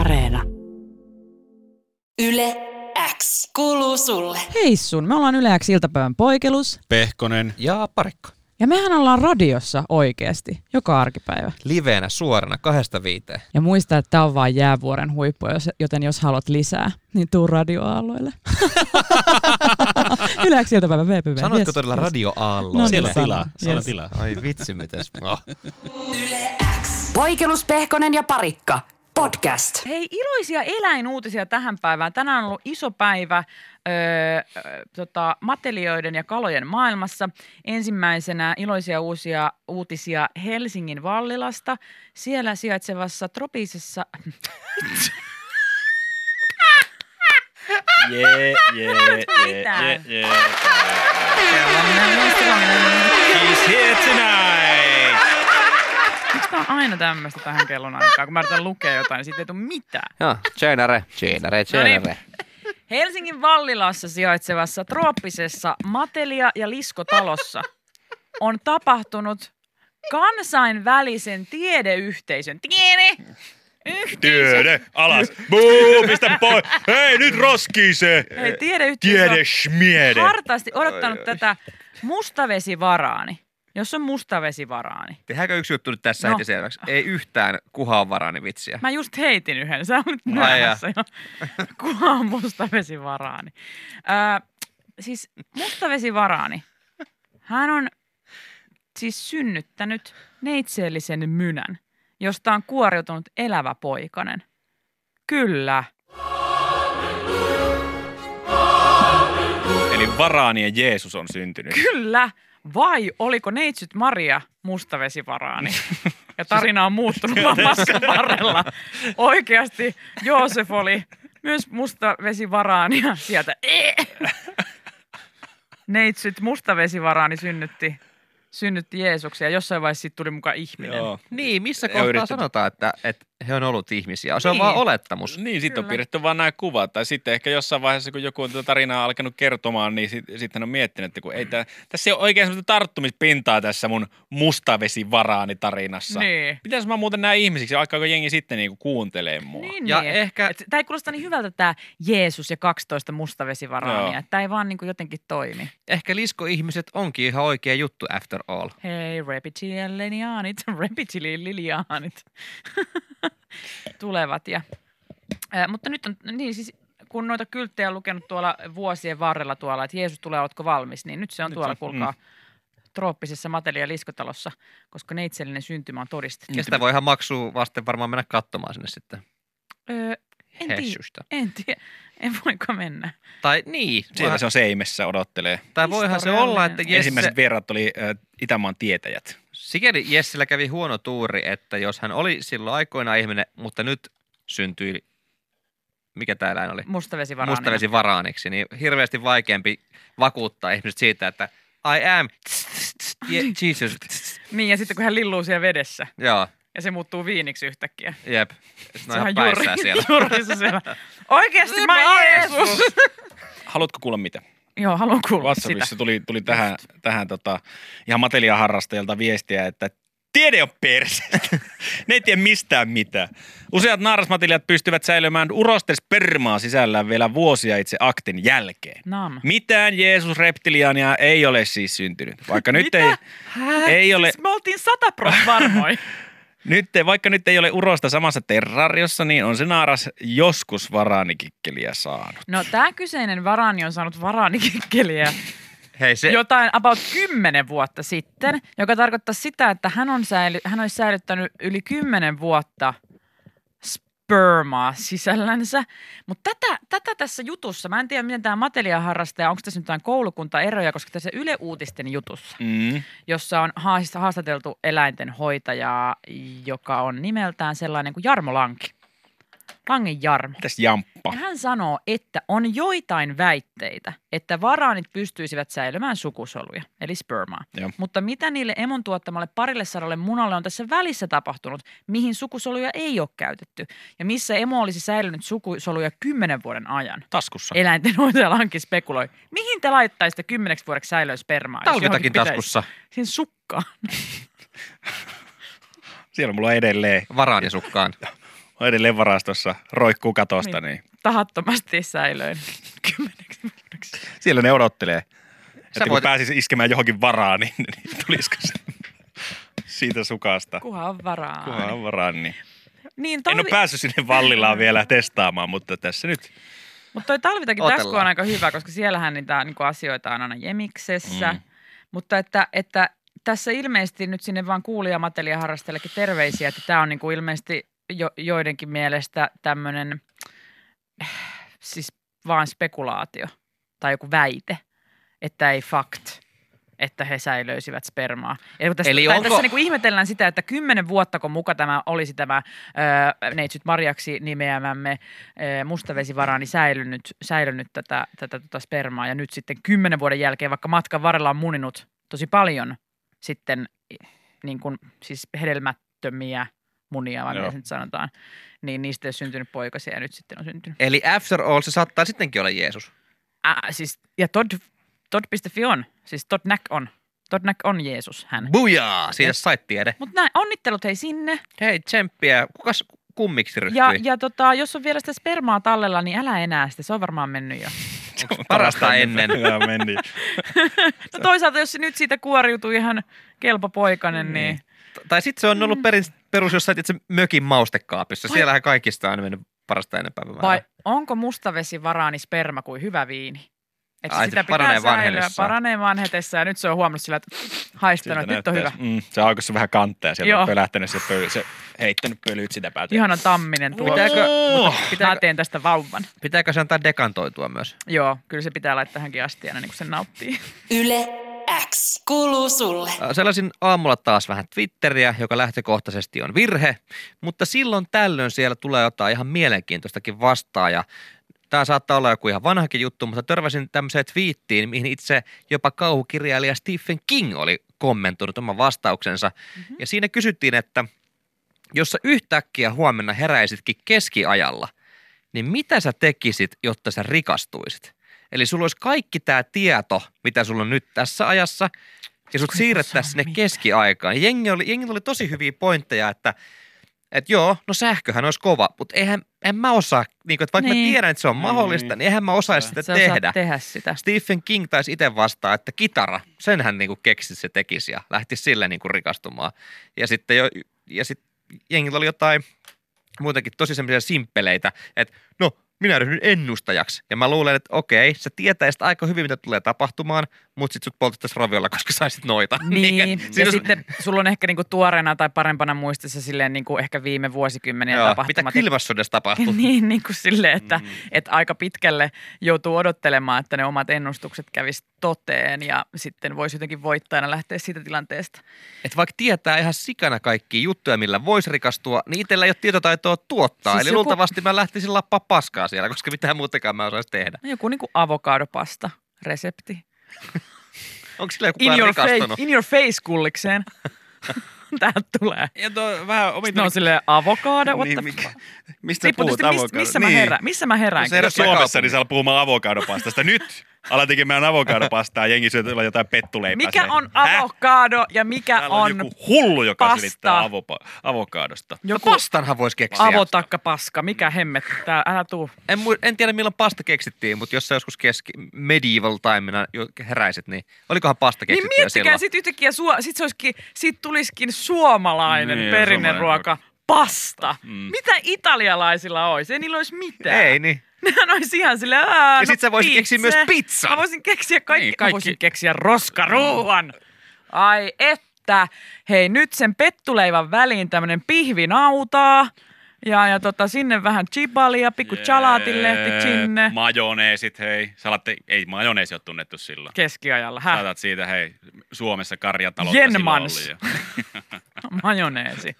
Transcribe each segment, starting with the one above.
Areena. Yle X kuuluu sulle. Hei sun, me ollaan Yle X iltapäivän poikelus Pehkonen. Ja parikko. ja mehän ollaan radiossa oikeasti joka arkipäivä. Liveenä suorana kahdesta viiteen. Ja muista, että tää on vaan jäävuoren huippu, jos- joten jos haluat lisää, niin tuu radioaalloille. Yle X iltapäivän VPV. Sanoitko Yes, todella yes. radioaallo? No Siellä niin, on tilaa. sanon. Siellä Yes. on tilaa. Ai vitsi, mitäs. Oh. Poikelus Pehkonen ja Parikka. Podcast. Hei, iloisia eläinuutisia tähän päivään. Tänään on ollut iso päivä öö, ö, tota, matelioiden ja kalojen maailmassa. Ensimmäisenä iloisia uusia uutisia Helsingin Vallilasta. Siellä sijaitsevassa tropiisessa... Jee, jee, jee, Mitään. jee, jee. He's here tonight. Miksi tää on aina tämmöistä tähän kellon aikaan? Kun mä yritän lukea jotain, niin siitä ei tule mitään. Joo, tjänare, tjänare, No niin. tjänare. Helsingin Vallilassa sijaitsevassa trooppisessa matelia- ja liskotalossa on tapahtunut kansainvälisen tiedeyhteisön tiede Työde alas. Buu, pistä pois. Hei, nyt roskii se. Hei, tiedeyhteisö Tiede on schmiede. hartaasti odottanut tätä mustavesivaraani, jos on mustavesivaraani. Tehdäänkö yksi juttu nyt tässä No. no. heti selväksi? Ei yhtään kuhaan varani vitsiä. Mä just heitin yhden, sä olet Ai jaa. myöhässä jo. Kuka on mustavesivaraani? Öö, siis mustavesivaraani, hän on siis synnyttänyt neitseellisen mynän, josta on kuoriutunut elävä poikanen. Kyllä. Eli varaanien Jeesus on syntynyt. Kyllä. Vai oliko neitsyt Maria mustavesivaraani? Ja tarina on muuttunut Siis- vaan matkan varrella. Oikeasti Joosef oli myös mustavesivaraani ja sieltä. "Ee!" Neitsyt mustavesivaraani synnytti, synnytti Jeesuksen ja jossain vaiheessa siitä tuli mukaan ihminen. Joo. Niin, missä Ei kohtaa yritetty. sanotaan, että, että he on ollut ihmisiä? Se on Niin. niin. vaan olettamus. Niin, sitten on Kyllä. piirretty vaan nämä kuvat. Tai sitten ehkä jossain vaiheessa, kun joku on tätä tarinaa alkanut kertomaan, niin sit, sitten on miettinyt, että kun ei tää, tässä ei ole oikein semmoista tarttumispintaa tässä mun mustavesivaraani tarinassa. Niin. Pitäis mä muuten nämä ihmisiksi, alkaako jengi sitten niinku kuuntelee mua? Niin, Ja niin. ehkä- Tämä ei kuulosta niin hyvältä tämä Jeesus ja 12 mustavesivaraania. Joo. Tämä ei vaan niin kuin jotenkin toimi. Ehkä liskoihmiset onkin ihan oikea juttu after all. Hei, reptilianit, reptilianit tulevat. Ja, ää, mutta nyt on, niin siis, kun noita kylttejä on lukenut tuolla vuosien varrella tuolla, että Jeesus tulee, oletko valmis, niin nyt se on nyt tuolla, se on, kuulkaa, trooppisessa matelia liskotalossa, koska neitsellinen syntymä on todistettu. Ja sitä voi ihan maksua vasten varmaan mennä katsomaan sinne sitten. Öö, en tiedä, Hessusta. en tiedä, en voiko mennä. Tai niin. Siellä se on seimessä, odottelee. Tai voihan se Historiallinen. olla, että Jesse- Jesse, Ensimmäiset vieraat oli äh, Itämaan tietäjät. Sikäli Jessillä kävi huono tuuri, että jos hän oli silloin aikoina ihminen, mutta nyt syntyi, mikä tämä eläin oli? Mustavesivaraania. Mustavesi varaaniksi, niin hirveästi vaikeampi vakuuttaa ihmiset siitä, että I am tss, tss, tss, Je- Jesus. tss, tss. Niin, ja sitten kun hän lilluu siellä vedessä Joo, ja se muuttuu viiniksi yhtäkkiä. jep. No ihan juri- päissään siellä. jurissa siellä. Oikeasti mä Sepä Jeesus! Haluatko kuulla mitä? Joo, haluan kuulla sitä. WhatsAppissa tuli, tuli tähän, tähän tota, ihan mateliaharrastajalta viestiä, että tiede on perse. ne ei tiedä mistään mitään. Useat naarasmatelijat pystyvät säilymään urosten spermaa sisällään vielä vuosia itse aktin jälkeen. Nam. Mitään Jeesus reptiliania ei ole siis syntynyt. Vaikka nyt ei, ei ole, Siis me oltiin sata pros varmoin. nyt, ei- vaikka nyt ei ole urosta samassa terrariossa, niin on se naaras joskus varaanikikkeliä saanut. No tää kyseinen varaani on saanut varaanikikkeliä Hei, se, jotain about 10 vuotta sitten, joka tarkoittaa sitä, että hän, on säily, hän olisi säilyttänyt yli 10 vuotta spermaa sisällänsä. Mutta tätä, tätä tässä jutussa, mä en tiedä miten tämä mateliaharrastaja, onko tässä nyt jotain koulukuntaeroja, koska tässä Yle Uutisten jutussa Mm. jossa on haas- haastateltu eläinten hoitajaa, joka on nimeltään sellainen kuin Jarmo Lanki. Langin Jarmo. Mitäs jamppa? Ja hän sanoo, että on joitain väitteitä, että varaanit pystyisivät säilymään sukusoluja, eli spermaa. Joo. Mutta mitä niille emon tuottamalle parille sadalle munalle on tässä välissä tapahtunut, mihin sukusoluja ei ole käytetty? Ja missä emo olisi säilynyt sukusoluja kymmenen vuoden ajan? Taskussa. Eläinten hoitaja Lanki spekuloi. Mihin te laittaisitte kymmeneksi vuodeksi säilöön spermaa? jos johonkin talvitakin pitäisi? taskussa Siihen sukkaan. Siellä mulla on edelleen varaan ja sukkaan. on edelleen varastossa, roikkuu katosta, niin, Niin. Tahattomasti säilöin kymmeneksi vuodeksi. siellä ne odottelee. että voit- kun pääsis iskemään johonkin varaan, niin, niin tulisiko se siitä sukasta. Kuhan on varaa. Kuhan on varaan, niin. Niin, En talvi, ole päässyt sinne Vallilaan vielä testaamaan, mutta tässä nyt. Mutta toi talvitakin Otellaan. tasku on aika hyvä, koska siellähän niitä niinku asioita on aina jemiksessä. Mm. Mm. Mutta että, että tässä ilmeisesti nyt sinne vaan kuulijamatelia harrastajallekin terveisiä, että tämä on niinku ilmeisesti jo, joidenkin mielestä tämmöinen siis vaan spekulaatio tai joku väite, että ei fakt että he säilöisivät spermaa. Eli tässä, Eli tai onko- tässä niinku ihmetellään sitä, että kymmenen vuotta kun muka tämä olisi tämä ö, neitsyt Marjaksi nimeämämme ö, mustavesivaraani säilynyt, säilynyt tätä, tätä tota spermaa ja nyt sitten kymmenen vuoden jälkeen, vaikka matkan varrella on muninut tosi paljon sitten i- niin kuin, siis hedelmättömiä munia, vai Joo. mitä se nyt sanotaan, niin niistä ei ole syntynyt poikasia ja nyt sitten on syntynyt. Eli after all se saattaa sittenkin olla Jeesus. Äh, siis, ja Todd, Todd.fi on, siis Todd Nack on. Todd Nack on Jeesus, hän. Bujaa! Siitä sait tiede. Mutta näin, onnittelut hei sinne. Hei, tsemppiä. Kukas kummiksi ryhtyi? Ja, ja tota, jos on vielä sitä spermaa tallella, niin älä enää sitä. Se on varmaan mennyt jo. Se on parasta mitä Niin. ennen. hyvää meni. No toisaalta, jos se nyt siitä kuoriutuu ihan kelpo poikanen, niin... Mm. Tai sitten se on ollut perin, perus jossain itse mökin maustekaapissa. Vai- Siellähän kaikista on aina mennyt parasta ennen päivämäärää. Vai onko mustavesi varaani sperma kuin hyvä viini? Että Ai, sitä se pitää paranee säilyä, vanhenessaan. Paranee vanhetessa ja nyt se on huomannut sillä, että haistanut, että nyt on hyvä. näyttää- Mm, se on aikossa vähän kantteja, sieltä on Joo. pölähtänyt se, pöly, se heittänyt pölyt sitä päätä. Ihana tamminen tuo. Pitääkö- Oh! Mä teen tästä vauvan. Pitääkö se antaa dekantoitua myös? Joo, kyllä se pitää laittaa tähänkin asti aina, niin kun se nauttii. Yle X kuuluu sulle. Äh, Sellaisin aamulla taas vähän Twitteriä, joka lähtökohtaisesti on virhe, mutta silloin tällöin siellä tulee jotain ihan mielenkiintoistakin vastaan ja tämä saattaa olla joku ihan vanhakin juttu, mutta törmäsin tämmöiseen twiittiin, mihin itse jopa kauhukirjailija Stephen King oli kommentoinut oman vastauksensa mm-hmm. ja siinä kysyttiin, että jos sä yhtäkkiä huomenna heräisitkin keskiajalla, niin mitä sä tekisit, jotta sä rikastuisit? Eli sulla olisi kaikki tämä tieto, mitä sulla on nyt tässä ajassa, ja sut Kun ei siirrettäisiin osaa sinne mitään. keskiaikaan. Ja Jengi oli, jengi oli tosi hyviä pointteja, että et joo, no sähköhän olisi kova, mutta eihän en mä osaa, niin kuin, että vaikka niin. mä Niin. tiedän, että se on mahdollista, Mm. niin eihän mä osaisi Sä sitä Sä tehdä. osaat tehdä sitä. Stephen King taisi itse vastaa, että kitara, sen hän niinku keksisi se tekisi ja lähti sillä niinku rikastumaan. Ja sitten jo, ja sit jengillä oli jotain muutenkin tosi semmoisia simppeleitä, että no minä ryhdyn ennustajaksi. Ja mä luulen, että okei, sä tietäisit aika hyvin, mitä tulee tapahtumaan, mutta sit sut poltettaisiin raviolla, koska saisit noita. Niin, että siinä ja olisi- sitten sulla on ehkä niinku tuoreena tai parempana muistissa silleen niinku ehkä viime vuosikymmeniä Joo, mitä tapahtumat. kylmässä sodassa tapahtuu? niin, niin kuin silleen, että, mm. että aika pitkälle joutuu odottelemaan, että ne omat ennustukset kävis toteen ja sitten voisi jotenkin voittajana lähteä siitä tilanteesta. Että vaikka tietää ihan sikana kaikkia juttuja, millä voisi rikastua, niin itsellä ei ole tietotaitoa tuottaa. Siis Siis Eli joku... joku- luultavasti mä lähtisin lappaa paskaa siellä, koska mitään muutakaan mä osaisin tehdä. No joku niinku avokadopasta resepti. Onko sillä joku In in your, rikastunut? face, in your face kullikseen. Täältä tulee. Ja tuo vähän Sitten on omituinen. Niin, silleen avokado, what the mikä- fuck? mistä Riippuu tietysti, mist- avokado? missä mä herään. Missä mä herään? No se- Niin. Jos Suomessa, Kaupungissa. niin saa puhumaan avokadopastasta. Nyt ala tekemään avokadopastaa, jengi syö tuolla jotain pettuleipää. Mikä silleen, on "Häh? avokado ja mikä Täällä on, on, joku hullu, joka pasta. selittää avopa- avokadosta. Joku... No pastanhan voisi keksiä. avotakka paska? Mikä Mm. hemmet? Tää, älä tuu. En, mu- en tiedä milloin pasta keksittiin, mutta jos sä joskus keski, medieval timena jo heräisit, niin olikohan pasta Niin keksitty jo miettikää silloin? sitten yhtäkkiä, suo, sit se olisikin, siitä tulisikin suomalainen Niin, niin, suomalainen perinneruoka. Pasta. Mm. Mm. Mitä italialaisilla olisi? Ei niillä olisi mitään. Ei niin. Nehän olisi ihan silleen, aah, Ja no sit sä voisit pizza. keksiä myös pizzan. Mä voisin keksiä kaikki. Niin, Niin, kaikki. kaikki. Mä voisin keksiä roskaruuan. Ai että. Hei, nyt sen pettuleivän väliin tämmönen pihvinautaa. Ja, ja tota, sinne vähän chibalia, pikku chalatilehti Jee, sinne. Majoneesit, hei. Salatte, ei majoneesi ole tunnettu silloin. Keskiajalla. Häh? Saatat siitä, hei, Suomessa karjataloutta Jenmans. silloin oli jo. Majoneesi.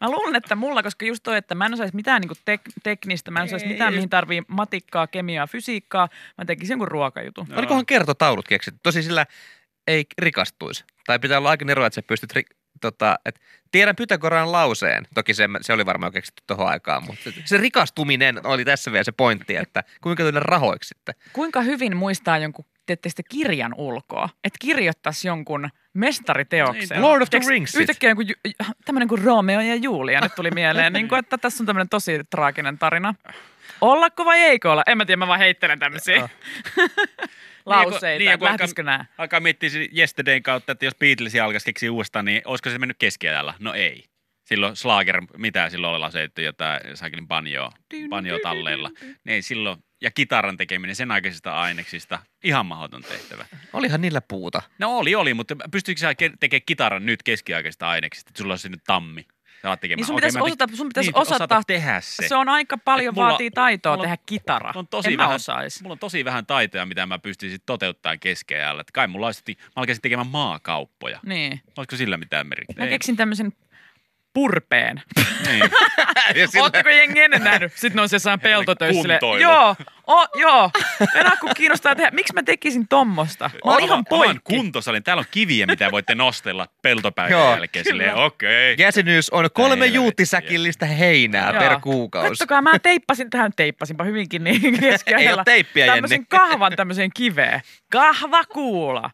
Mä luulen, että mulla, koska just toi, että mä en osaisi mitään niinku tek- teknistä, mä en osaisi mitään, mihin tarvii matikkaa, kemiaa, fysiikkaa. Mä tekisin jonkun ruokajutun. No. Olikohan kertotaulut keksitty? Tosi sillä ei rikastuisi. Tai pitää olla aika neroa, että sä pystyt... Ri- tota, et, tiedän Pythagoran lauseen. Toki se, se oli varmaan keksitty tuohon aikaan, mutta se rikastuminen oli tässä vielä se pointti, että kuinka tulla rahoiksi sitten. Kuinka hyvin muistaa jonkun teette sitä kirjan ulkoa. Että kirjoittaisi jonkun mestariteoksen. Niin, Lord of the Tiedätkö, Ringsit. Yhtäkkiä joku, tämmöinen kuin Romeo ja Julia nyt tuli mieleen, niin kuin, että tässä on tämmöinen tosi traaginen tarina. Ollako vai eikö olla? En mä tiedä, mä vaan heittelen tämmöisiä lauseita. Niin, Niin, ja kun- niin, Lähtisikö nämä? Alkaa miettiä si- Yesterdayn kautta, että jos Beatles alkaisi keksiä uudestaan, niin olisiko se mennyt keskiajalla? No ei. Silloin Slager, mitä silloin oli laseittu jotain saakelin banjoa, banjoa talleilla. Niin ei silloin, ja kitaran tekeminen sen aikaisista aineksista, ihan mahdoton tehtävä. Olihan niillä puuta. No oli, oli, mutta pystyykö sä ke- tekemään kitaran nyt keskiaikaisista aineksista, että sulla olisi nyt tammi? Sä oot tekemään. Niin sun Okei, pitäisi mä pit- osata- sun pitäisi niin, osata, osata- tehdä se. Se, on aika paljon, Et mulla- vaatii taitoa mulla- tehdä kitara. Mulla on tosi en mä vähän, osais. Mulla on tosi vähän taitoja, mitä mä pystyisin toteuttamaan keskeajalla. Että kai mulla olisi, mä alkaisin tekemään maakauppoja. Niin. Olisiko sillä mitään merkitystä? Mä keksin tämmöisen purpeen. Niin. Ja sillä- Ootteko jengi ennen nähnyt? Sitten ne on se saan peltotöissä. silleen, Kuntoilu. Joo, o, joo. Enää kun kiinnostaa tehdä. Miksi mä tekisin tommosta? Mä olin ihan Mä oon poikki. kuntosalin. Täällä on kiviä, mitä voitte nostella peltopäivän Joo, jälkeen. kyllä. Silleen, okei. Jäsenyys on kolme Helvettiä. juutisäkillistä heinää Joo. per kuukausi. Kattokaa, mä teippasin tähän, teippasinpa hyvinkin niin keskiajalla. Ei oo teippiä, Tämmöisen Jenni. kahvan tämmöiseen kiveen. Kahvakuula.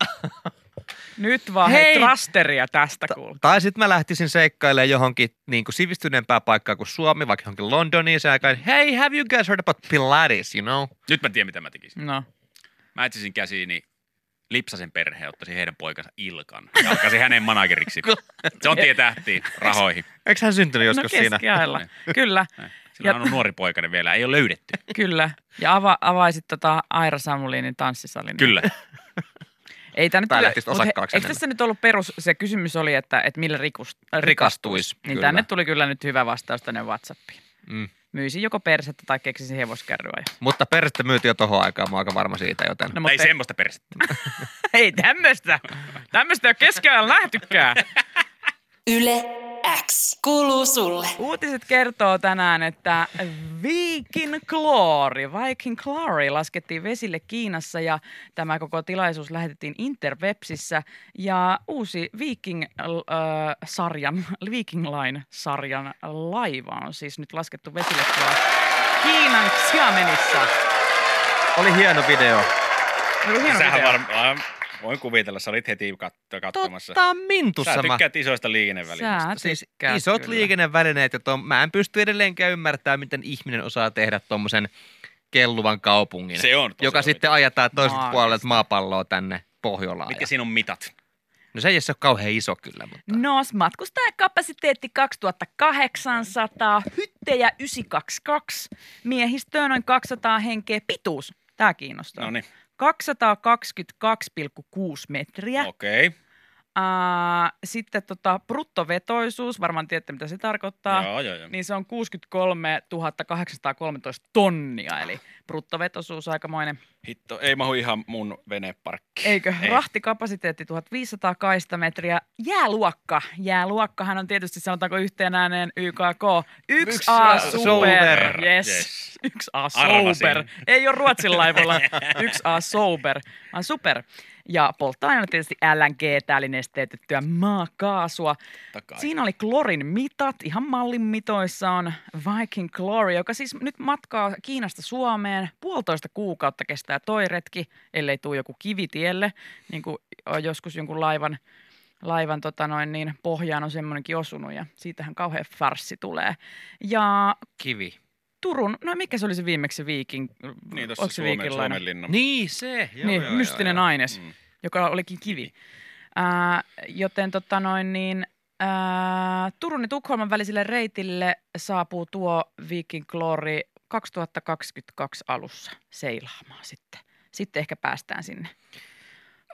Nyt vaan hei, Hei. trasteria tästä kuulla. Tai sitten mä lähtisin seikkailemaan johonkin niin kuin sivistyneempään paikkaan kuin Suomi, vaikka johonkin Londoniin. Se aikaan, hey, have you guys heard about Pilates, you know? Nyt mä tiedän, mitä mä tekisin. No. Mä etsisin käsiini Lipsasen perheen, ottaisin heidän poikansa Ilkan ja alkaisin hänen manageriksi. Se on tie tähtiin, rahoihin. Eikö hän syntynyt joskus no siinä? Niin. keskiajalla. Kyllä, Sillä on nuori poikainen vielä, ei ole löydetty. kyllä. Ja ava, avaisit tota Aira Samulinin tanssisalin. Kyllä. Ei tämä nyt Tai kyllä- lähtisit mut osakkaaksi he- Eikö hänellä? tässä nyt ollut perus, se kysymys oli, että, että millä rikus, äh, Rikastuisi, Niin kyllä. tänne tuli kyllä nyt hyvä vastaus tänne Whatsappiin. Mm. Myisin joko persettä tai keksisin hevoskärryä. Ja- Mutta persettä myytiin jo tohon aikaan, mä oon aika varma siitä, joten... No, Ei mutta ei, semmoista persettä. ei tämmöistä. Tämmöistä ei ole keskellä nähtykään. Yle X kuuluu sulle. Uutiset kertoo tänään, että Viking Glory, Viking Glory laskettiin vesille Kiinassa ja tämä koko tilaisuus lähetettiin Interwebsissä ja uusi Viking-sarjan, Viking Line-sarjan laiva on siis nyt laskettu vesille tuolla Kiinan Xiamenissa. Oli hieno video. Oli hieno Sähän video. varmaan, voin kuvitella, sä olit heti katto- katsomassa. Totta mintussa Sä mä. tykkäät isoista liikennevälineistä. Sä Siis tykkäät isot kyllä. liikennevälineet, ja ton, mä en pysty edelleenkään ymmärtämään, miten ihminen osaa tehdä tommosen kelluvan kaupungin, Se on tosi joka oikein. sitten ajetaan toiselta Maagista. puolelta maapalloa tänne Pohjolaan. Mitkä Ja- siinä on mitat? No se ei ole kauhean iso kyllä, mutta... Nos, matkustajakapasiteetti 2800, hyttejä 922, miehistöä noin 200 henkeä, pituus, tämä kiinnostaa. No niin, 222,6 metriä. Okay. okei. Okay. sitten tota, bruttovetoisuus, varmaan tiedätte mitä se tarkoittaa. Joo, joo, joo. Niin se on 63 813 tonnia, eli bruttovetoisuus aikamoinen. Hitto, ei mahu ihan mun veneparkki. Eikö? Ei. Ei. Rahtikapasiteetti 1500 kaistametriä. Jääluokka. Jääluokkahan on tietysti, sanotaanko yhteen ääneen YKK. 1A Yksi A Super. super. Yes. Yes. 1A Arvasin. Super. Ei ole Ruotsin laivoilla 1A Sober, vaan Super. Ja polttoaineena tietysti LNG, eli nesteytettyä maakaasua. Takai. Siinä oli klorin mitat, ihan mallin mitoissa on Viking Glory, joka siis nyt matkaa Kiinasta Suomeen. Puolitoista kuukautta kestää toi retki, ellei tuu joku kivitielle, niin kuin joskus jonkun laivan, laivan tota noin, niin pohjaan on semmoinenkin osunut ja siitähän kauhean farssi tulee. Ja Kivi. Turun, no mikä se oli se viimeksi Viking, Niin, tuossa onko se Suomen, Viikinlainen? Suomen linna. Niin, se. Joo, niin, joo, mystinen joo, aines, Mm. joka olikin Niin. kivi. Ää, joten tota noin, niin, ää, Turun ja Tukholman väliselle reitille saapuu tuo Viking Glory 2022 alussa seilaamaan sitten. Sitten ehkä päästään sinne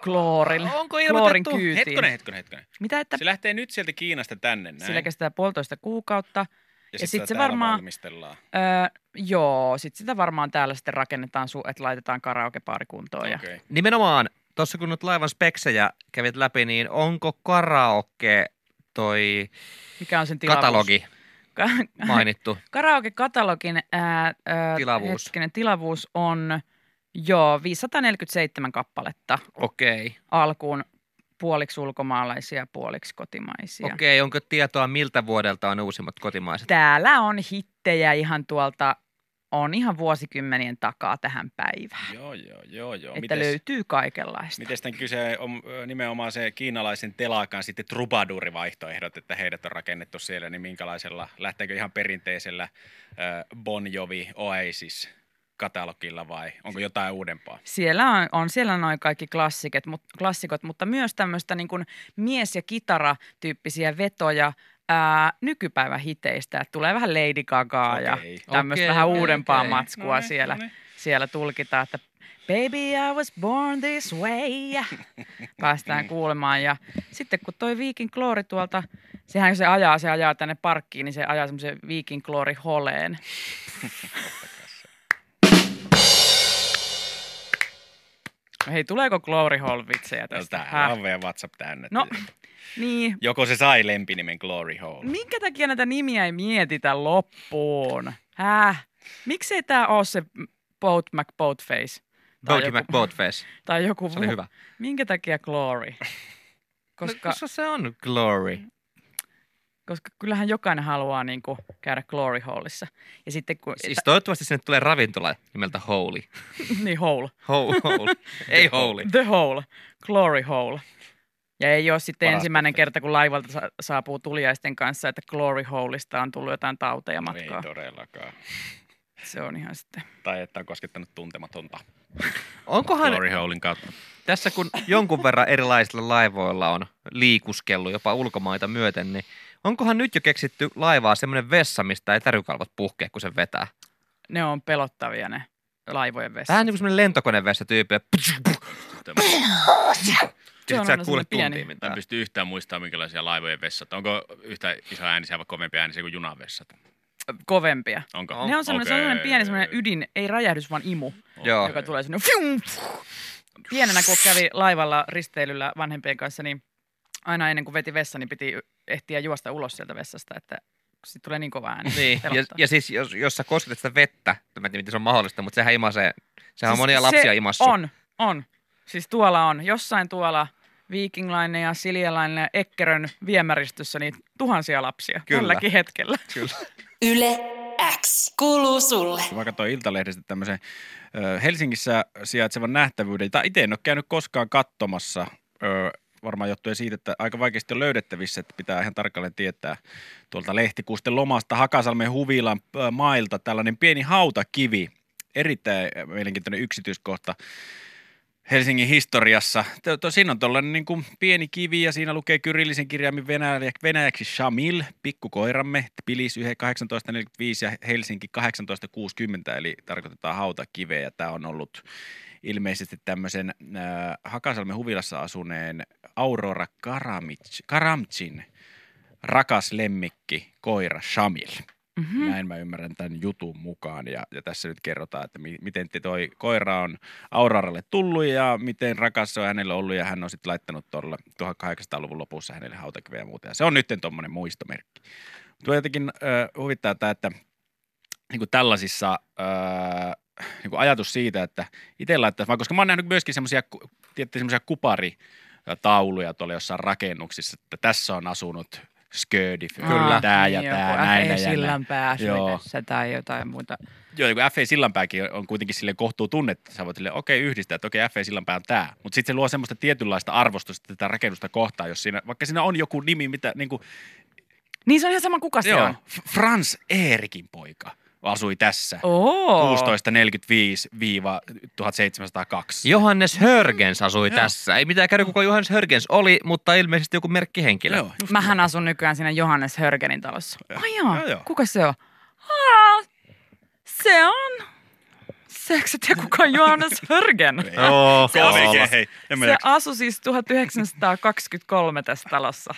Kloorin, joo. Onko Kloorin ilmoitettu? kyytiin. Hetkonen, hetkonen, hetkonen. Mitä että Se lähtee nyt sieltä Kiinasta tänne näin. sillä kestää puolitoista kuukautta. ja sit sitä se täällä varmaan- valmistellaan. Öö, joo, sit sitä varmaan täällä sitten rakennetaan, su- että laitetaan karaokepaari kuntoon. Ja... Okei. Nimenomaan, tuossa kun nyt laivan speksejä kävit läpi, niin onko karaoke toi Mikä on sen tilavuus? katalogi Ka- mainittu? Karaoke-katalogin ää, ää, Tilavuus. Hetkinen, tilavuus on joo, 547 kappaletta Okei. Okay. alkuun puoliksi ulkomaalaisia, puoliksi kotimaisia. Okay. Okei, onko tietoa miltä vuodelta on uusimmat kotimaiset? Täällä on hittejä ihan tuolta, on ihan vuosikymmenien takaa tähän päivään. Joo, joo, joo, joo. Että löytyy kaikenlaista. Miten sitten kyse on ö, nimenomaan se kiinalaisen telakan sitten trubadurivaihtoehdot, että heidät on rakennettu siellä, niin minkälaisella, lähteekö ihan perinteisellä ö, Bon Jovi Oasis katalogilla vai onko jotain uudempaa? Siellä on, on siellä noin kaikki klassiket, mut, klassikot, mutta myös tämmöistä niin kuin mies- ja kitara-tyyppisiä vetoja ää, nykypäivän hiteistä. Et tulee vähän Lady Gagaa okay. ja Okei. tämmöistä Okei, vähän okei, uudempaa okei. matskua No niin, siellä, no niin. siellä tulkitaan, että Baby, I was born this way. Päästään kuulemaan. Ja sitten kun toi Viikin kloori tuolta, sehän kun se ajaa, se ajaa tänne parkkiin, niin se ajaa semmoisen Viikin kloori holeen. Hei, tuleeko Glory Hall vitsejä No, tästä? täällä Häh? on vielä WhatsApp täynnä. No, niin. Joko se sai lempinimen Glory Hole? Minkä takia näitä nimiä ei mietitä loppuun? Häh? Miksei tää oo se Boat McBoatface? Tai Bodie joku- McBoatface. Tai joku Se oli muu. hyvä. Minkä takia Glory? Koska... Koska, No, koska se on glory. koska kyllähän jokainen haluaa niin kuin, käydä Glory Hallissa. Ja sitten kun... Siis toivottavasti sinne tulee ravintola nimeltä Holy. niin, hole. Ho- hole. Ei Holy. The hole. Glory hole. Ja ei ole sitten Paras ensimmäinen buffet. kerta, kun laivalta sa- saapuu tuliaisten kanssa, että Glory Holeista on tullut jotain tauteja Niin matkaa. Ei todellakaan. Se on ihan sitten... Tai että on koskettanut tuntematonta Onkohan Glory Holein kautta. tässä kun jonkun verran erilaisilla laivoilla on liikuskellut jopa ulkomaita myöten, niin onkohan nyt jo keksitty laivaa semmoinen vessa, mistä ei tärykalvot puhkea, kun se vetää? Ne on pelottavia ne laivojen vessat. Vähän niin kuin semmoinen lentokonevessa tyyppi. Ja Se on sit sä aina et kuule semmoinen pieni. tuntia Mä mitään. en pysty yhtään muistamaan, minkälaisia laivojen vessat. Onko yhtä iso äänisiä vai kovempi äänisiä kuin junavessat? kovempia. Onko? Ne on semmoinen, se on semmoinen pieni semmoinen ydin, ei räjähdys, vaan imu, Joo. joka tulee sinne. Fium, fuh. Pienenä kun kävi laivalla risteilyllä vanhempien kanssa, niin aina ennen kuin veti vessa, niin piti ehtiä juosta ulos sieltä vessasta, että sitten tulee niin kova ääni. Niin, ja, pelottaa. ja siis jos, jos sä kosketet sitä vettä, mä en tiedä miten se on mahdollista, mutta sehän imasee, sehän on Siis monia se lapsia imassu. On, on. Siis tuolla on, jossain tuolla Viking Line ja Silja Line ja Ekkerön viemäristössä niin tuhansia lapsia Kyllä. tälläkin hetkellä. Kyllä. Yle X kuuluu sulle. Mä katsoin Iltalehdestä tämmöisen ö, Helsingissä sijaitsevan nähtävyyden, tai itse en ole käynyt koskaan katsomassa, ö, varmaan johtuen siitä, että aika vaikeasti on löydettävissä, että pitää ihan tarkalleen tietää tuolta lehtikuusten lomasta Hakasalmen huvilan ö, mailta tällainen pieni hautakivi, erittäin mielenkiintoinen yksityiskohta. Helsingin historiassa. To, to, siinä on tuollainen niin kuin pieni kivi ja siinä lukee kyrillisen kirjaimin venäjä, venäjäksi Shamil, pikkukoiramme, Tbilis 1845 ja Helsinki 1860, eli tarkoitetaan hautakiveä. Ja Tämä on ollut ilmeisesti tämmöisen äh, Hakasalmen huvilassa asuneen Aurora Karamits, Karamtsin rakas lemmikki, koira Shamil. Mm-hmm. Hmm. Näin mä ymmärrän tämän jutun mukaan ja, ja tässä nyt kerrotaan, että mi, miten te toi koira on Auroralle tullut ja miten rakas se on hänellä ollut ja hän on sitten laittanut tuolla 1800-luvun lopussa hänelle hautakiveä ja muuta. Ja se on nyt tuommoinen muistomerkki. Tuo jotenkin äh, huvittaa tämä, että niin kuin tällaisissa äh, niin kuin ajatus siitä, että itse laittaisi, vaan koska mä oon nähnyt myöskin semmoisia, ku- tietty semmoisia kupari tauluja tuolla jossain rakennuksissa, että tässä on asunut Sködi, Ah, Kyllä. tämä niin, ja tämä, näin ja näin. Sillan päässä Joo. tai jotain muuta. Joo, niin ja kun F.A. Sillanpääkin on kuitenkin sille kohtuu tunne, että sä voit sille, okei, yhdistää, että okei, F.A. Sillanpää on tää. Mutta sitten se luo semmoista tietynlaista arvostusta tätä rakennusta kohtaan, jos siinä, vaikka siinä on joku nimi, mitä niin kuin, Niin se on ihan sama kuka se joo, on. F- Frans Eerikin poika asui tässä. Oo. 1645-1702. Johannes Hörgens asui Joo. tässä. Ei mitään käydä, kuka Johannes Hörgens oli, mutta ilmeisesti joku merkkihenkilö. Joo. Mähän asun nykyään siinä Johannes Hörgenin talossa. Ai joo. Joo, joo. Kuka se on? Aa, se on. Sekset ja kuka on Johannes Hörgen? Joo. Se on- Kovike, hei. En mä Se jaksa. asui siis 1923 tässä talossa.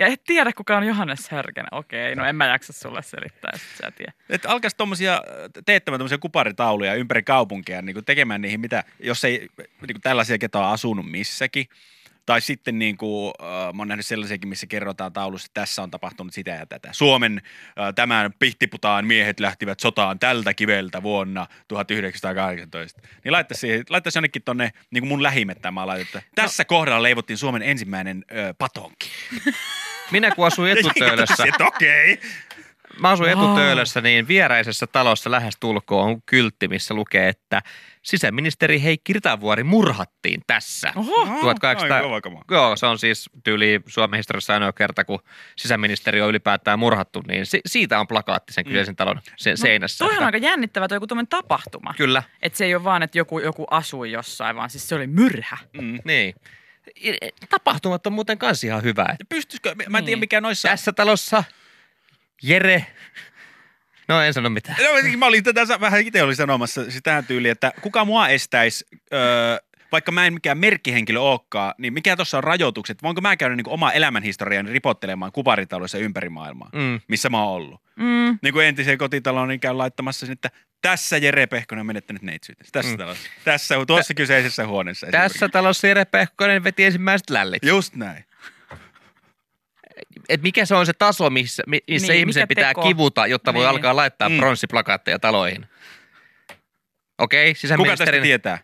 Ja et tiedä, kuka on Johannes Hörgen. Okei, no en mä jaksa sulle selittää, jos et sä tiedä. Että alkaisi tuommoisia, teettämään tuommoisia kuparitauluja ympäri kaupunkia niin kuin tekemään niihin mitä, jos ei niin kuin tällaisia, ketä on asunut missäkin. Tai sitten niin kuin, äh, mä oon nähnyt sellaisiakin, missä kerrotaan taulussa, että tässä on tapahtunut sitä ja tätä. Suomen äh, tämän pihtiputaan miehet lähtivät sotaan tältä kiveltä vuonna 1918. Niin laittaisi, siihen, laittaisi jonnekin tonne, niin kuin mun lähimettään mä laitan, että tässä kohdalla leivottiin Suomen ensimmäinen äh, patonki. Minä kun asuin Ja jengi etutöölössä, totesi, että okei. mä asuin Wow. etutöölössä, niin viereisessä talossa lähestulkoon on kyltti, missä lukee, että sisäministeri Heikki Ritavuori murhattiin tässä. Oho, 1800 Aika kova kama. Joo, se on siis tyyli Suomen historiassa ainoa kerta, kun sisäministeri on ylipäätään murhattu, niin si- siitä on plakaatti sen kyseisen talon se- seinässä. Toi Mm. No, on että- aika jännittävä toi joku tuommoinen tapahtuma. Kyllä, Että se ei ole vaan, että joku, joku asui jossain, vaan siis se oli myrhä. Mm. niin. I- Tapahtumat on muuten kans ihan hyvä. että Pystyisikö, mä en tiedä Niin. mikä noissa... Tässä talossa Jere, no en sano mitään. No, jotenkin mä olin tätä sa- vähän itse olin sanomassa siis tähän tyyliin, että kuka mua estäisi, öö, vaikka mä en mikään merkkihenkilö olekaan, niin mikä tuossa on rajoitukset? Voinko mä käydä niin oma elämänhistorian ripottelemaan kuparitauluissa ympäri maailmaa, Mm. missä mä oon ollut? Mm. Niin kuin entiseen kotitaloon, niin käyn laittamassa sinne, että tässä Jere Pehkonen on menettänyt neitsyytensä. Tässä Mm. mm. talossa. Tässä, tuossa kyseisessä huoneessa. Tässä esimerkiksi. talossa Jere Pehkonen veti ensimmäiset lällit. Just näin. Et mikä se on se taso, missä, mi- missä Niin, niin, ihmisen mikä pitää teko? kivuta, jotta voi Niin. alkaa laittaa Mm. mm. pronssiplakaatteja taloihin? Okei, Kuka tästä sisäministerin, tietää?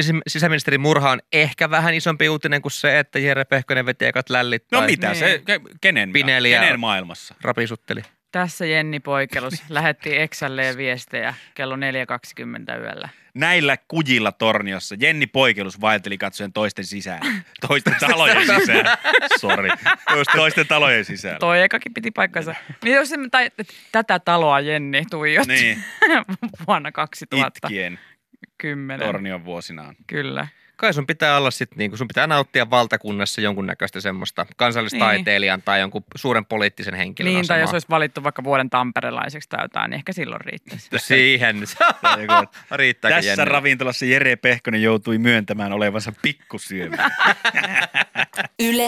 sis- sisäministerin murha on ehkä vähän isompi uutinen kuin se, että Jere Pehkonen veti ekat lällit No tai mitä Niin. se, ke- kenen, Pineli ja- kenen maailmassa? rapisutteli. Tässä Jenni Poikelus lähetti Excelleen viestejä kello 4.20 yöllä. näillä kujilla torniossa Jenni Poikelus vaelteli katsoen toisten sisään. Toisten talojen sisään. sisään. Sorry. Toisten talojen sisään. Toi ekakin piti paikkansa. Niin jos en, tai, et, tätä taloa Jenni tuijot Niin, vuonna 2010. itkien tornion vuosinaan. Kyllä. Kai sun pitää olla sit niinku, sun pitää nauttia valtakunnassa jonkunnäköistä semmoista kansallistaiteilijan tai jonkun suuren poliittisen henkilön Niin, tai asemaa. jos olisi valittu vaikka vuoden tamperelaiseksi tai jotain, niin ehkä silloin riittäisi. Siihen. Tai joku, että Riittääkö Tässä Jenni? ravintolassa Jere Pehkonen joutui myöntämään olevansa pikkusyömä. Yle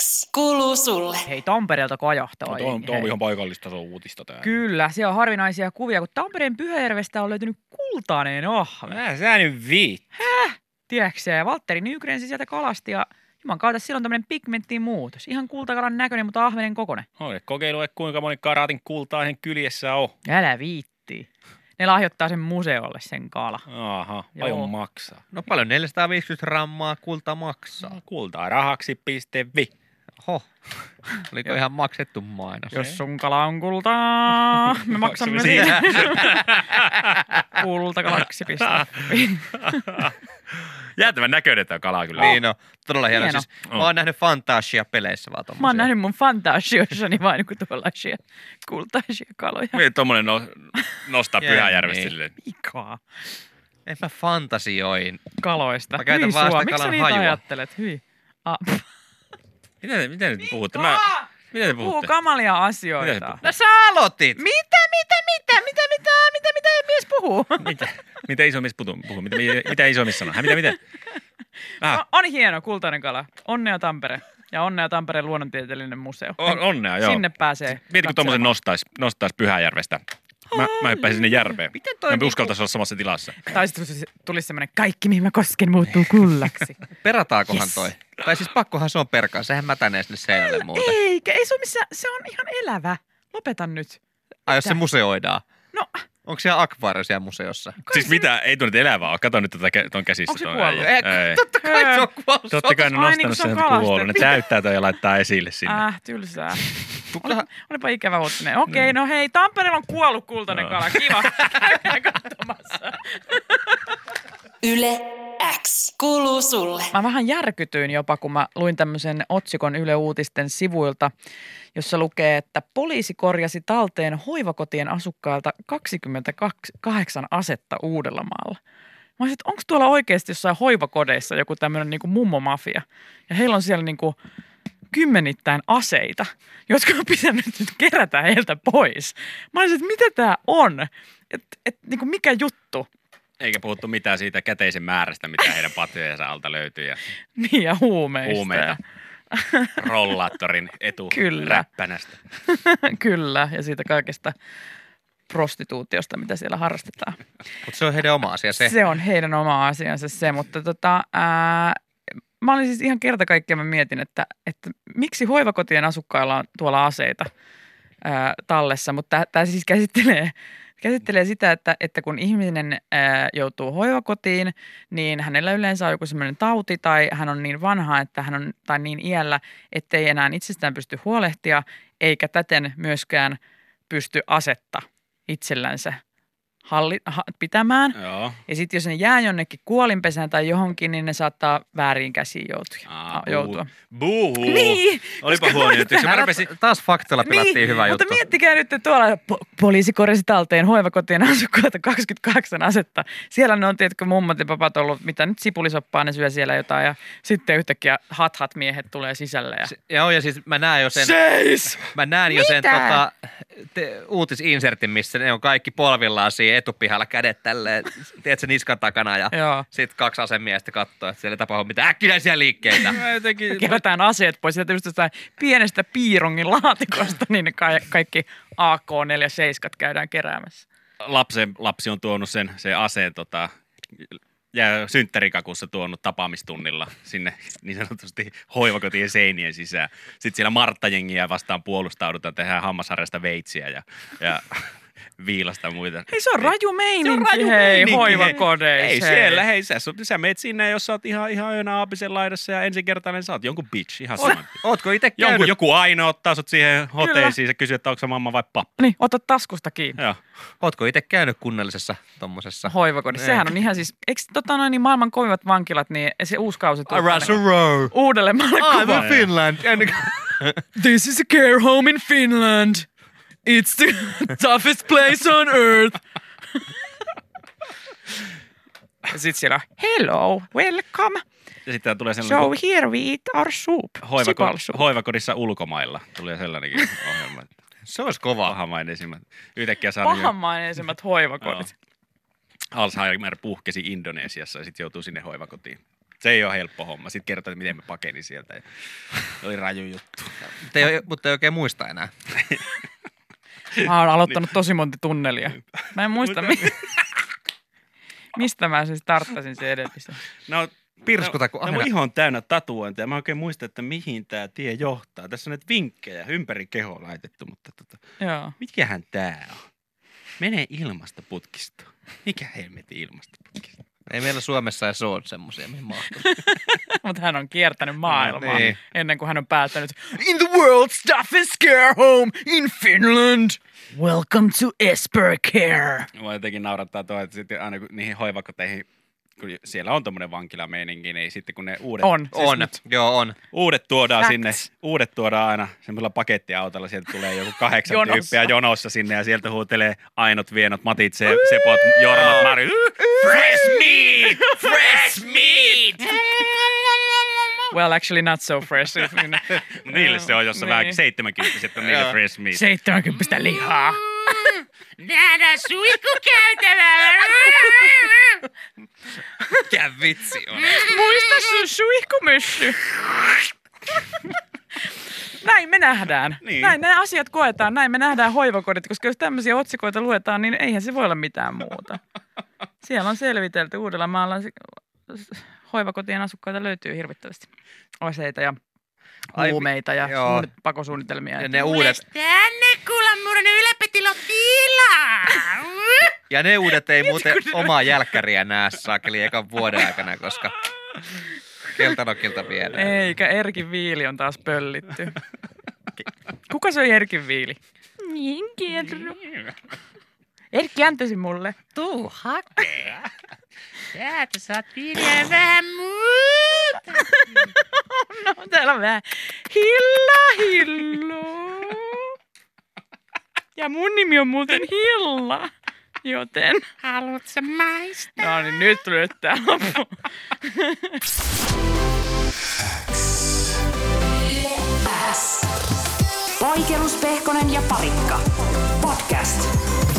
X. Kuuluu sulle. Hei, Tampereelta kajahtaa No, jengi, hei. paikallista, se on uutista täällä. Kyllä, siellä on harvinaisia kuvia, kun Tampereen Pyhäjärvestä on löytynyt kultainen ahve. Mä sä nyt viit. Tiedätkö sä? ja Valtteri Nygren se sieltä kalasti ja juman kautta sillä on tämmöinen pigmenttiin muutos. Ihan kultakalan näköinen, mutta ahvenen kokoinen. Olet kokeillut, että kuinka moni karaatin kultainen kyljessä on. Älä viitti. Ne lahjoittaa sen museolle sen kala. Aha, paljon Joo. maksaa. No paljon 450 grammaa kulta maksaa. Kultaa rahaksi.vi. Oho. Oliko ihan maksettu mainos? Jos sun kala on kultaa, me maksamme siitä? siitä. Kultakalaksi pistää. Jäätävän näköinen tämä kala kyllä. Niin no, todella hieno. Hieno. hieno. Siis, mä oon nähnyt Fantasia-peleissä vaan tommosia. Mä oon nähnyt mun fantasioissani vain joku tuollaisia kultaisia kaloja. Miten tuommoinen no, nostaa Jee, Pyhäjärvestä niin. silleen? Mikaa En mä fantasioin. kaloista. Mä käytän Hyi vaan sua, sitä miksi sä kalan niitä hajua. ajattelet? Hyi. Ah, Mitä, te- mitä te nyt puhutte? Mä, mitä te puhuu puhutte? kamalia Mitä se asioita. puhuu? No sä aloitit! Mitä, mitä, mitä, mitä, mitä, mitä, mitä mies puhuu? Mitä, mitä iso mies puhuu? puhuu? Mitä, mitä, mitä iso mies sanoo? Hä, mitä, mitä? Ah, On, No, on hieno kultainen kala. Onnea Tampere. Ja onnea Tampereen luonnontieteellinen museo. on, onnea, joo. Sinne pääsee. Mietin, kun tuommoisen katselemaan. nostais, nostais Pyhäjärvestä. Mä, mä hyppäisin sinne järveen. Miten Mä toi en niinku, uskaltaisi olla samassa tilassa. Tai sitten tulisi semmoinen, kaikki mihin mä kosken muuttuu kullaksi. perataakohan Yes. toi? Tai siis pakkohan se on perkaa, sehän mätänee sinne seinälle muuten. Eikä, ei se ole missään, se on ihan elävä. Lopeta nyt. Ai jos mitä? se museoidaan. No. Onko siellä akvaario siellä museossa? Kai Siis se- mitä? Ei tunnu elävää ole. Kato nyt tätä kä- ton käsissä. Onko se ton kuollut? äijän. Ei, Ei. Totta kai se on kuollut. Totta kai ne on Ai, nostanut niin, kun se on sen kuollut. Ne kalastettu. täyttää toi ja laittaa esille sinne. Äh, tylsää. Oli, Kuka- olipa ikävä uutinen. Okei, no hei, Tampereella on kuollut kultainen Joo. kala. Kiva. Käydään katsomassa. Yle X. Kuuluu sulle. Mä vähän järkytyin jopa, kun mä luin tämmöisen otsikon Yle Uutisten sivuilta, jossa lukee, että poliisi korjasi talteen hoivakotien asukkailta 28 asetta Uudellamaalla. Mä olisin, että onko tuolla oikeasti jossain hoivakodeissa joku tämmöinen niinku mummomafia? Ja heillä on siellä niinku kymmenittäin aseita, jotka on pitänyt nyt kerätä heiltä pois. Mä olisin, että mitä tämä on? Et, et, niinku mikä juttu? Eikä puhuttu mitään siitä käteisen määrästä, mitä heidän patjojensa alta löytyy. Ja Niin ja huumeista. huumeita rollaattorin etu Kyllä. räppänästä. Kyllä, ja siitä kaikesta prostituutiosta, mitä siellä harrastetaan. Mutta se on heidän oma asia se. Se, se on heidän oma asiansa se, mutta tota, ää, mä olin siis ihan kerta kaikkiaan mä mietin, että, että miksi hoivakotien asukkailla on tuolla aseita ää, tallessa, mutta tämä siis käsittelee, käsittelee sitä, että, että kun ihminen ää, joutuu hoivakotiin, niin hänellä yleensä on joku semmoinen tauti tai hän on niin vanha, että hän on tai niin iällä, ettei enää itsestään pysty huolehtia, eikä täten myöskään pysty asetta itsellänsä halli, ha, pitämään. Joo. Ja sitten jos ne jää jonnekin kuolinpesään tai johonkin, niin ne saattaa väärin käsiin joutua. Ah, Aa, joutua. Buhu. Niin, Olipa koska huono mä juttu. Se mä tänään- rupesin, Taas faktalla pelattiin niin, hyvä mutta juttu. miettikää nyt että tuolla, po- poliisi korjasi talteen hoivakotien asukkailta 28 asetta. Siellä ne on, tiedätkö, mummat ja papat ollut, mitä nyt sipulisoppaa, ne syö siellä jotain ja sitten yhtäkkiä hathat miehet tulee sisälle. Ja... Se- Joo, ja siis mä näen jo sen, Seis! mä näen jo sen Mitä? tota, te, uutisinsertin, missä ne on kaikki polvillaan siinä etupihalla kädet tälleen, tiedätkö, niskan takana ja Joo. sitten kaksi asemiestä katsoo, että siellä ei tapahdu mitään äkkinäisiä liikkeitä. Mä jotenkin, kerätään aseet pois. Sieltä just jostain pienestä piirongin laatikosta, niin ne ka- kaikki AK-47 käydään keräämässä. lapsen, lapsi on tuonut sen, sen aseen tota, ja synttärikakussa tuonut tapaamistunnilla sinne niin sanotusti hoivakotien seinien sisään. Sitten siellä Martta-jengiä vastaan puolustaudutaan, tehdään hammasharjasta veitsiä ja, ja viilasta ja muita. Ei, se on raju meininki, Se on raju hei, meininki, hoivakodeissa. Ei siellä, hei, sä, sun- sä meet sinne, jos sä oot ihan, ihan öönä aapisen laidassa ja ensikertainen sä oot jonkun bitch, ihan saman. Ootko itse Jonkun, käynyt? joku aina ottaa sut siihen hoteisiin ja kysyy, että onko se mamma vai pappa. Niin, ota taskusta kiinni. Joo. Ootko itse käynyt kunnallisessa tommosessa? Hoivakodissa. Sehän on ihan siis, eikö tota noin, niin maailman kovimmat vankilat, niin se uusi kausi tulee tänne. row. Uudelleen maalle kuva. kuva. Finland. And... This is a care home in Finland. It's the toughest place on earth. Ja sit siellä on, hello, welcome. Ja sitten tulee sellainen So kun- here we eat our soup. Hoivako- Sipalsoup. hoivakodissa ulkomailla tuli sellainenkin ohjelma. Se olisi kova. Pahamainesimmat. Yhtäkkiä saa niin Pahamaineisemmat hoivakodit. Alzheimer puhkesi Indonesiassa ja sitten joutuu sinne hoivakotiin. Se ei ole helppo homma. Sitten kertoo, että miten me pakeni sieltä. Ja oli raju juttu. Mutta ei, mutta ei oikein muista enää. Mä oon aloittanut tosi monta tunnelia. Mä en muista, mi- mistä mä siis starttasin sen edellisen. No, Pirskuta kuin no, aina. mun iho on täynnä tatuointeja. Mä en oikein muista, että mihin tämä tie johtaa. Tässä on näitä vinkkejä ympäri kehoa laitettu, mutta tota, Joo. mikähän tää on? Mene ilmastoputkista. Mikä helmetin ilmastoputkista? Ei meillä Suomessa edes ole semmoisia, mihin mä Mutta hän on kiertänyt maailmaa Niin. ennen kuin hän on päättänyt In the world's toughest care home in Finland. Welcome to Esper Care. Mua jotenkin naurattaa tuo, että sitten aina kun niihin hoivakoteihin, kun siellä on tommonen vankilameininki, niin sitten kun ne uudet, On. On, joo on. uudet tuodaan Facts. sinne, uudet tuodaan aina semmoisella pakettiautolla, sieltä tulee joku kahdeksan Jonossa. tyyppiä jonossa sinne ja sieltä huutelee Ainot, Vienot, Matit, se, Sepot, Jormat, Mari. Fresh meat! Fresh meat! Siis, Well, actually not so fresh. Siis, Niille se on, jos niin. vähän Niin. 70 on niille Joo. fresh meat. 70 lihaa. Nähdään suihkukäytävällä. Mikä vitsi on? Muista sun suihkumyssy. Näin me nähdään. Niin. Niin. Näin nämä asiat koetaan, näin me nähdään hoivakodit, koska jos tämmöisiä otsikoita luetaan, niin eihän se voi olla mitään muuta. Siellä on selvitelty Uudellamaalla se- hoivakotien asukkaita löytyy hirvittävästi. Aseita ja Ai vi- huumeita ja joo. suunnit- pakosuunnitelmia. Ja ne uudet, Tänne kuulla murren yläpetillä on tilaa. ja ne uudet ei muuten kun ne- omaa jälkkäriä näe saakeli ekan vuoden aikana, koska keltanokilta viedään. Eikä Erkin viili on taas pöllitty. Kuka se on Erkin viili? Niin kerro. Niin. Erkki antaisi mulle. Tuu hakee. Täältä saat viljaa vähän muuta. No, täällä on vähän Hilla Hillu. Ja mun nimi on muuten Hilla, joten... Haluatko maistaa? No niin, nyt tuli tää loppu. Poikerus, Pehkonen ja Parikka. Podcast.